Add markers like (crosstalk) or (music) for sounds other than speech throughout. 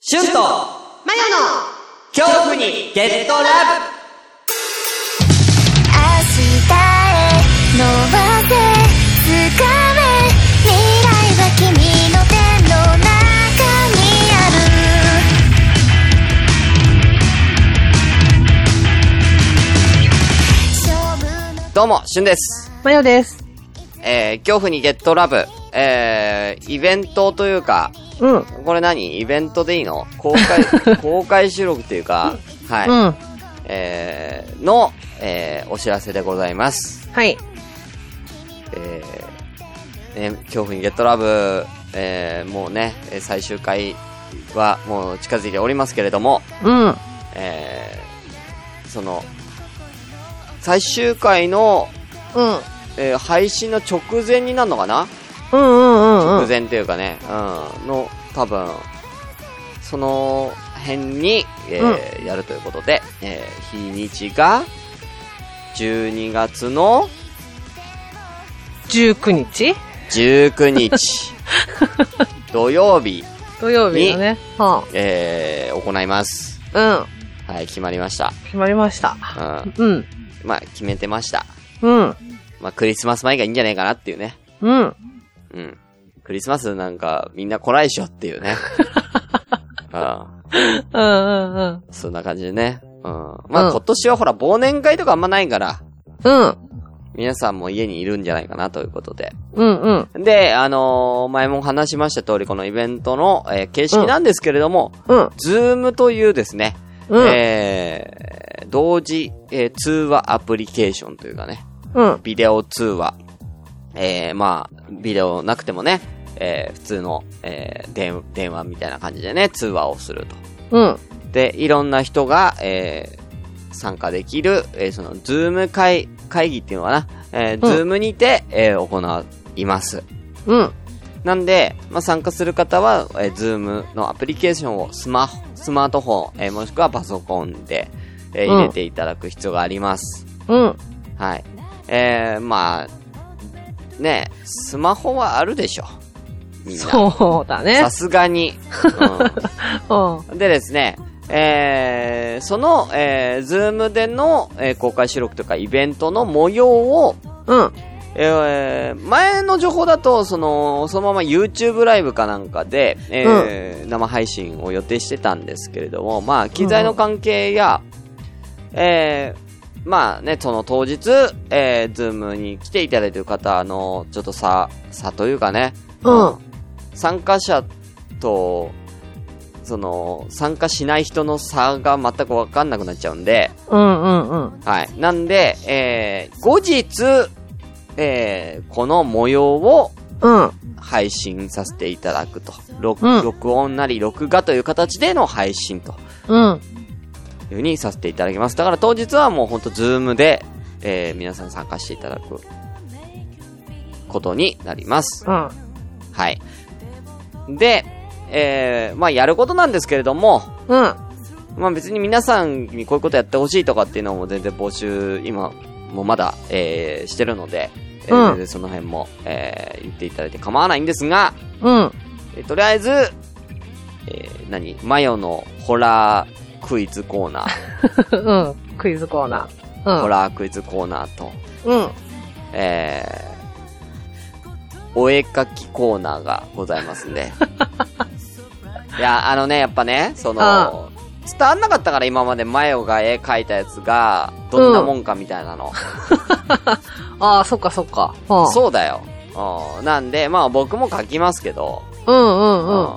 シュンとマヨの恐怖にゲットラブ明日へ伸ばせ掴め未来は君の手の中にあるどうも、シュンです。マヨです。えー、恐怖にゲットラブ。えー、イベントというか、うん。うん。これ何イベントでいいの公 (laughs) 開、公開収録というか、はい。はえー、の、えー、お知らせでございます。い。えー、ね、恐怖にゲットラブ、えー、もうね、えー最終回はもう近づいておりますけれども、うん。えー、その、最終回の、うん。えー配信の直前になるのかな、うんうんうんう直ん。前というかね、うん、の、多分、その辺に、えーやるということで、えー日にちが、12月の19日19日、 (laughs) 土曜日、土曜日だね。はえー行います。あ、うん。はい、決まりました。決まりました。うん。うん。まあ、決めてました。うん。まあ、クリスマス前がいいんじゃないかなっていうね。うん。うん。クリスマスなんかみんな来ないでしょって (laughs) いうね。うん。うんうんうん。そんな感じでね。うん。まうあん今年はほら忘年会とかあんまないから、うん。皆さんも家にいるんじゃないかなということで。うんうん。で、あのー前も話しました通りこのイベントの、えー形式なんですけれども、うん。ズームというですね、うん。えー、同時、えー通話アプリケーションというかね、うん。ビデオ通話。えー、まあ、ビデオなくてもね、えー、普通の、えー、電、電話みたいな感じでね、通話をすると。うん。で、いろんな人が、えー、参加できる、えー、その、ズーム会、会議っていうのかな、えー、うんズームにて、えー、行います。うん。なんで、まあ、参加する方は、えー、ズームのアプリケーションをスマホ、スマートフォン、えー、もしくはパソコンで、えー、うん入れていただく必要があります。うん。はい。えー、まあ、ねえスマホはあるでしょ。みんな。そうだねさ。すがに、 (laughs) うん。うん。でですね、えー、その、えー、ズームでの、えー公開収録とかイベントの模様を、うん。えー、前の情報だと、その、そのまま YouTube ライブかなんかで、えー生配信を予定してたんですけれども、まあ、機材の関係や、えー、まあね、その当日、えー、ズームに来ていただいてる方の、ちょっと差、差というかね、うん。参加者と、その、参加しない人の差が全くわかんなくなっちゃうんで、うんうんうん。はい。なんで、えー、後日、えー、この模様をうん。配信させていただくと。録,、うん録音なり録画という形での配信とうん。いう風にさせていただきます。だから当日はもうほんとズームで、えー、皆さん参加していただくことになります。うん。はい。で、えー、まあやることなんですけれども、うん。まあ別に皆さんにこういうことやってほしいとかっていうのも全然募集、今もまだ、えー、してるので、えーうん全然その辺も、えー、言っていただいて構わないんですが、うん。えーとりあえず、えー、何マヨのホラークイズコーナ (laughs) ー、 (laughs) うん。クイズコーナー。うん。ホ。ラークイズコーナーと、うん。えー、お絵かきコーナーがございますん (laughs) で。いや、あのね、やっぱね、その、伝わんなかったから今までマヨが絵描いたやつが、どんなもんかみたいなの。ああ、そっかそっか。うん。そうだよ。うんなんで、まあ僕も描きますけど、うんうんうん。うん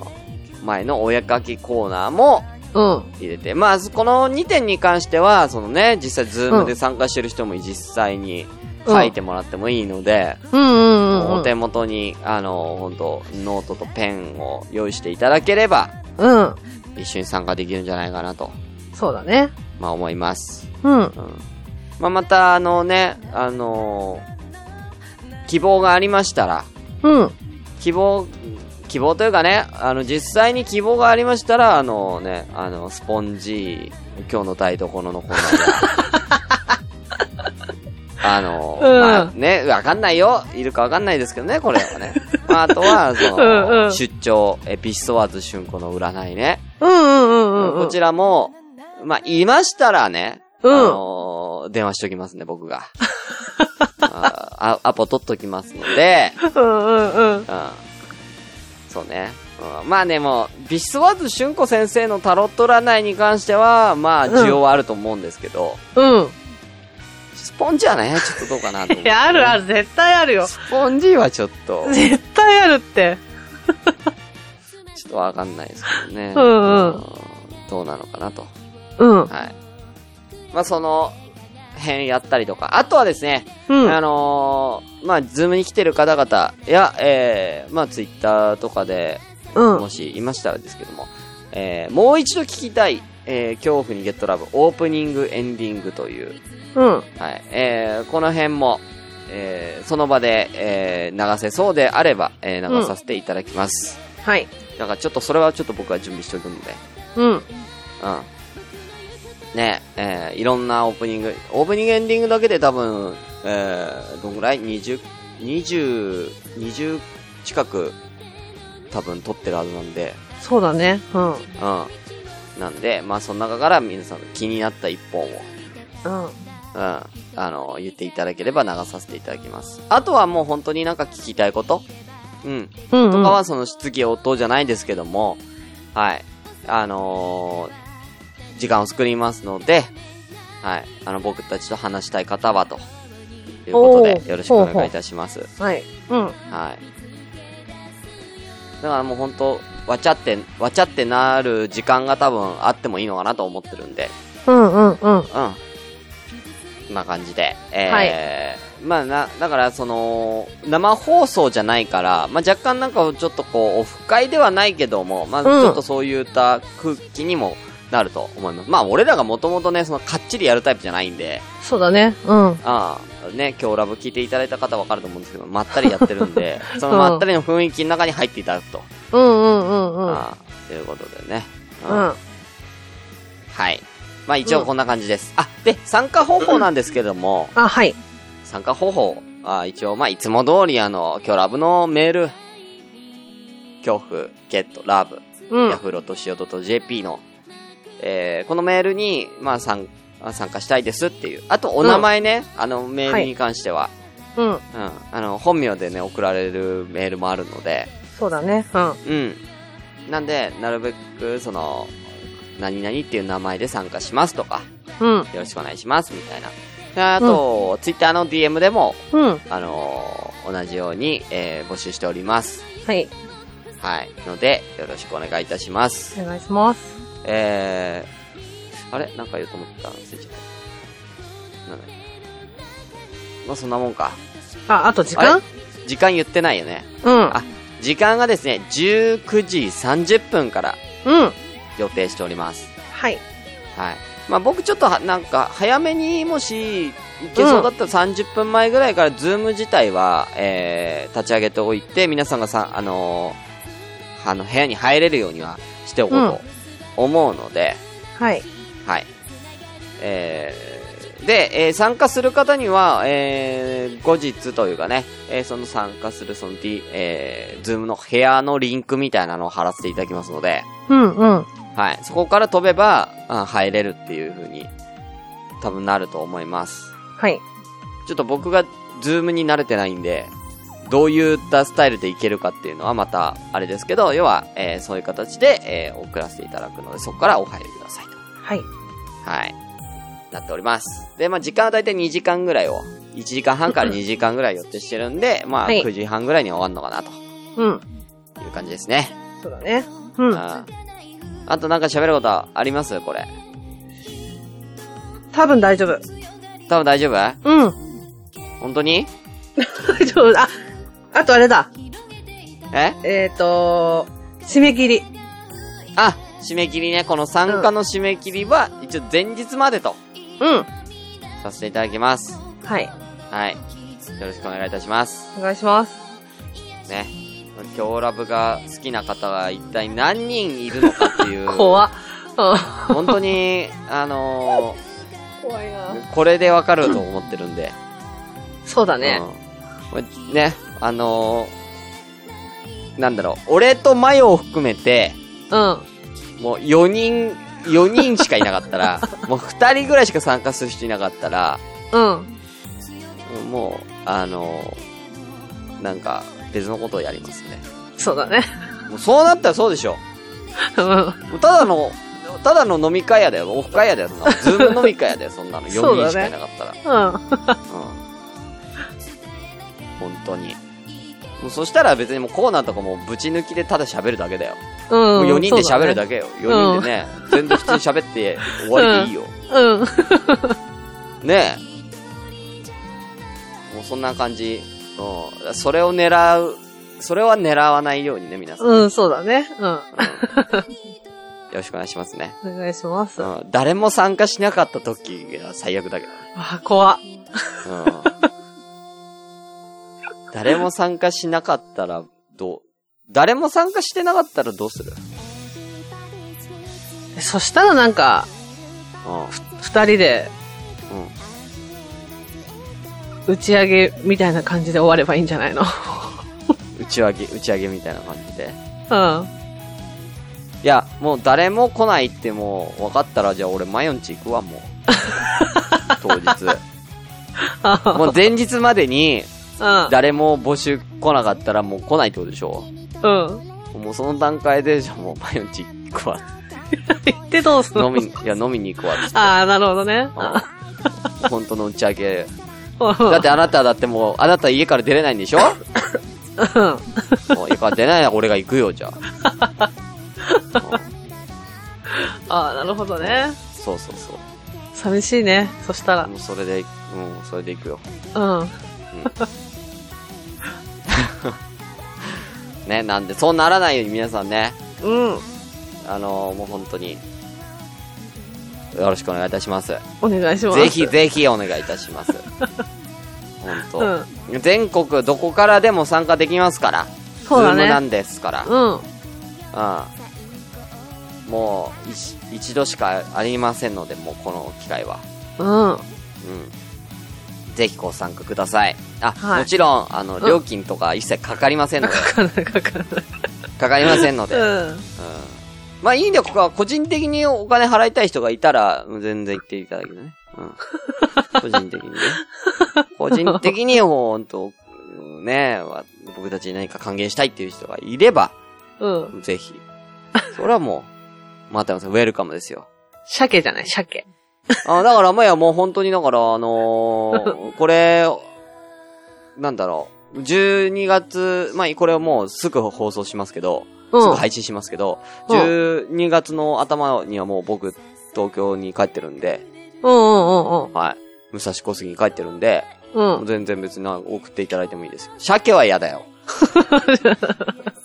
前のお絵描きコーナーもうん。入れて、まあこの2点に関しては、そのね、実際ズームで参加してる人も実際に描いてもらってもいいので、うんうんうん。お手元に、あの、本当ノートとペンを用意していただければ、うん。一緒に参加できるんじゃないかなと、そうだね。まあ思います。うん。うん。まあまた、あのね、あの希望がありましたら、うん。希望、希望というかね、あの、実際に希望がありましたら、あのね、あの、スポンジ、今日の台所のコーナー (laughs) で。あの、うんまあね、わかんないよ。いるかわかんないですけどね、これはね。まあ、あとは、そ (laughs) うんうの、ん出張、エピソワーズ春子の占いね。うんうんうんうん。こちらも、まあ、いましたらね、うんあのー電話しときますね、僕 (laughs) が。ああアポ取っときますので、うんうんうん。うん。そうね。うん、まあね、もう、ビスワーズ春子先生のタロット占いに関しては、まあ、需要はあると思うんですけど、うん。スポンジはね、ちょっとどうかなと思っ (laughs) いて。や、あるある、絶対あるよ。スポンジはちょっと、絶対あるって。ちょっとわかんないですけどね。うんうんどうなのかなと。うん。はい。まあ、その、辺やったりとか。あとはですね、うん。あのーまあ、ズームに来てる方々、いや、えー、まあ、ツイッターとかで、うんもしいましたらですけども、えー、もう一度聞きたい、えー、恐怖にゲットラブ、オープニング、エンディングという、うん。はい、えー、この辺も、えー、その場で、えー、流せそうであれば、えー、流させていただきます。はい。なんかちょっとそれはちょっと僕は準備しておくんで、うん。うん。ねえ、えーいろんなオープニング、オープニングエンディングだけで多分、えー、どんぐらい ?20、20、20近く、多分撮ってるはずなんで、そうだね。うん。ううん。ん。なんで、まあその中から皆さんの気になった一本を、うん、あの、言っていただければ流させていただきます。あとはもう本当になんか聞きたいことうん。うん、うん。とかはその質疑応答じゃないですけども、はい。あのー時間を作りますので、はい。あの、僕たちと話したい方は、ということおで、ーよろしくお願いいたします。はい。うん。はい。だからもう本当わちゃって、わちゃってなる時間が多分あってもいいのかなと思ってるんで、うんうんうん。うん。こんな感じで。えーはまあな、だからその、生放送じゃないから、まあ若干なんかちょっとこう、オフ会ではないけども、まあんちょっとそういった空気にもなると思います。まあ俺らがもともとね、そのかっちりやるタイプじゃないんで、そうだね。うん。ああ、ね、今日ラブ聞いていただいた方わかると思うんですけど、まったりやってるん (laughs) で、そのまったりの雰囲気の中に入っていただくと。うんうんうんうん。ああ、ということでね。うんうん。はい。まあ一応こんな感じです。あ、で、参加方法なんですけども、 (laughs) あ、はい。参加方法。あ一応、まあ、いつも通り、あの、今日ラブのメール、恐怖、ゲット、ラブ、うんヤ。フロとしおと JP の、えー、このメールに、まあ、参、あ参加したいですっていう。あと、お名前ね、あの、メールに関しては、うん。うん、あの、本名でね、送られるメールもあるので、そうだね。うん。うん。なんで、なるべく、その、何々っていう名前で参加しますとか、うん。よろしくお願いします、みたいな。であと、ツイッターの DM でもうん。あのー同じように、えー募集しております。はい。はい。ので、よろしくお願いいたします。お願いします。えー、あれなんか言おうと思った忘れちゃった。なんだまあ、そんなもんか。あ、あと時あ間れ時間言ってないよね。うん。あ、時間がですね、19時30分からうん。予定しております。はい。はい。まあ、僕ちょっとは、なんか、早めにもし、行けそうだったら30分前ぐらいから、ズーム自体は、えー、立ち上げておいて、皆さんがさ、あのーあの、部屋に入れるようにはしておこうと思うので、はい。はい。えー、で、えー参加する方には、えー、後日というかね、えーその参加する、その、D、えー、ズームの部屋のリンクみたいなのを貼らせていただきますので、うんうん。はい。そこから飛べば、あ入れるっていう風に、多分なると思います。はい。ちょっと僕がズームに慣れてないんで、どういったスタイルでいけるかっていうのはまた、あれですけど、要は、えーそういう形で、えー送らせていただくので、そこからお入りくださいと。はい。はい。なっております。で、まあ時間はだいたい2時間ぐらいを、1時間半から2時間ぐらい予定してるんで、まあはい9時半ぐらいには終わるのかな、うん。という感じですね。そうだね。うん。ああとなんか喋ることはありますこれ。多分大丈夫。多分大丈夫うん。本当に大丈夫。あ、あとあれだ。ええっ、ー、と、締め切り。あ、締め切りね、この参加の締め切りは、一応前日までとうん。させていただきます。はい。はい。よろしくお願いいたします。お願いします。ね。今日ラブが好きな方は一体何人いるのかっていう。怖っ。うん。本当に、あの怖いな。ー、これでわかると思ってるんで。そうだね。うん。ね、あのなんだろう、俺とマヨを含めて、うん。もう4人、4人しかいなかったら、もう2人ぐらいしか参加する人いなかったら、うん。もう、あの、なんか、別のことをやりますね。そうだね。もうそうなったらそうでしょ。うん。もうただの、ただの飲み会やだよ。オフ会やだよ。そんなのズーム飲み会やだよ、そんなの。4そうだ人ねしかいなかったら。うん。うん。本当に。もうそしたら別にもうコーナーとかもうぶち抜きでただ喋るだけだよ。もううん。 4人で喋るだけ。けよ。4人でね、全然普通に喋って終わりでいいよ。 (laughs) うん。ねえ。もうそんな感じ。うん。それを狙う。それは狙わないようにね、皆さん。うよん、そうだね。うん。ろしくお願いしますね。お願いします。うわん。誰も参加しなかった時が最悪だけどね。あ、怖っ。うん。誰も参加しなかったら、どう誰も参加してなかったらどうするそしたらなんか、う二人でん。うん。打ち上げみたいな感じで終わればいいんじゃないの打ち上げ、打ち上げみたいな感じで。うん。いや、もう誰も来ないってもう分かったら、じゃあ俺マヨンチ行くわ、もう。当日。もう前日までに、う誰も募集来なかったらもう来ないってことでしょん。うん。もうその段階で、じゃあもうマヨンチ行くわ。行ってどうすんの飲み、いや飲みに行くわっつって。ああ、なるほどね。うん本当の打ち上げ。だだってあなただってもう、あなた家から出れないん (laughs) でしょうん。もう家から出ないなら俺が行くよ、じゃ (laughs) あ。うんああ、なるほどね。そうそうそう。寂しいね。そしたらも。うそれで、うん、それで行くよ。うん。ね、なんで、そうならないように皆さんね、うん。あのーもう本当に、よろしくお願いいたします。お願いします。ぜひぜひお願いいたし (laughs) ます。本当、全国どこからでも参加できますから。そうだ Zoom なね。んですから。うん。うん。もう一、一度しかありませんので、もうこの機会は。うん。うん。ぜひご参加ください。あ、はいもちろん、あの、うん料金とか一切かかりませんので、かかんないかかんない。かかりませんの (laughs) で。うん。うん。まあいいんだよ、ここは個人的にお金払いたい人がいたら、全然行っていただけるね。うん。個人的に (laughs) ね。個人的にもう、ほんと、ね、わ僕たちに何か還元したいっていう人がいれば、うん。ぜひ。それはもう、待ってます。ウェルカムですよ。鮭じゃない、鮭。あだから、まや、もう本当に、だから、あ (laughs) のーこれ、なんだろう、12月、まあ、これをもうすぐ放送しますけど、うんすぐ配信しますけど、うん12月の頭にはもう僕、東京に帰ってるんで、うんうんはい。武蔵小杉に帰ってるんで、うんうん。全然別にな送っていただいてもいいですよ。鮭は嫌だ (laughs) よ。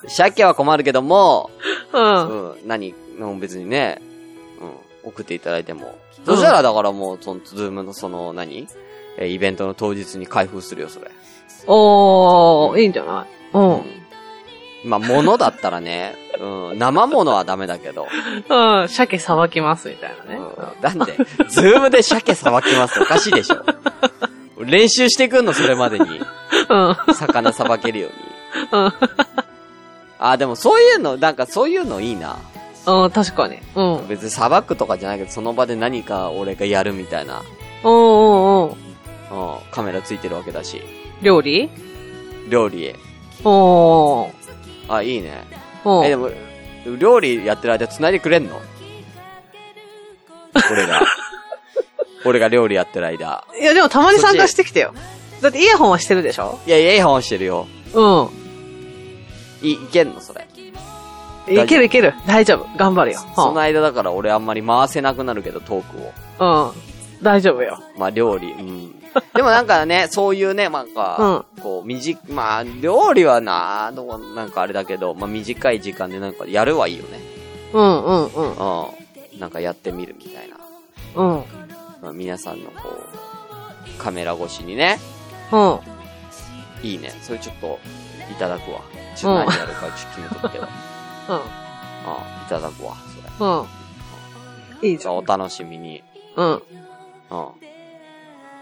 鮭は困るけども、うん。うん。うん、何、うん別にね、うん、送っていただいても。そしたら、だからもう、その、ズームのその、何えー、イベントの当日に開封するよ、それ。おー、いいんじゃないう。うんまあ、物だったらね、うん、生物はダメだけど、うん。鮭さばきます、みたいなうね。ん、なんで、ズームで鮭さばきますおかしいでしょ。練習してくんの、それまでに。うん。魚さばけるように。うんあ、でもそういうの、なんかそういうのいいな。うん、確かに。うん。うん別にさばくとかじゃないけど、その場で何か俺がやるみたいな。うんうん。うん、カメラついてるわけだし。料理料理へ。おー。あ、いいね。うん。え、でも、料理やってる間繋いでくれんの俺が。俺が料理やってる間。いや、でもたまに参加してきてよ。だってイヤホンはしてるでしょいや、イヤホンしてるよ。うん。い、いけんのそれ。いけるいける。大丈夫。頑張るよ。その間だから俺あんまり回せなくなるけど、トークを。うん。大丈夫よ。まあ、料理。うん。でもなんかね、そういうね、なんか、こう、短い、まあ、料理はな、どうなんかあれだけど、まあ、短い時間でなんかやるはいいよね。うんうんうん。うん。なんかやってみるみたいな。うん。うん。まあ、皆さんのこう、カメラ越しにね、いいね。それちょっと、いただくわ。ちょっと何やるか、ちょっと決めとってよ。うん、いただくわ、それ。うん。うん。いいじじゃゃあ、ん。お楽しみに。うん。うん。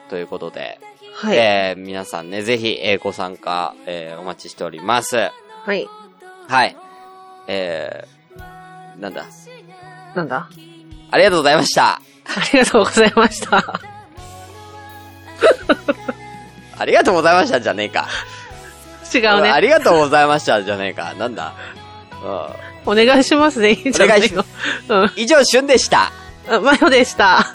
ということで、はい。えー、皆さんね、ぜひ、えーご参加、えーお待ちしております。はい。はい。えー、なんだ。なんだありがとうございました。ありがとうございました。ありがとうございましたじゃねえか。違うあね。りがとうございましたじゃねえか。なんだ。うお願いしますね。いいんじゃなお願いしまうんん。以上、旬でした。あ。マヨでした。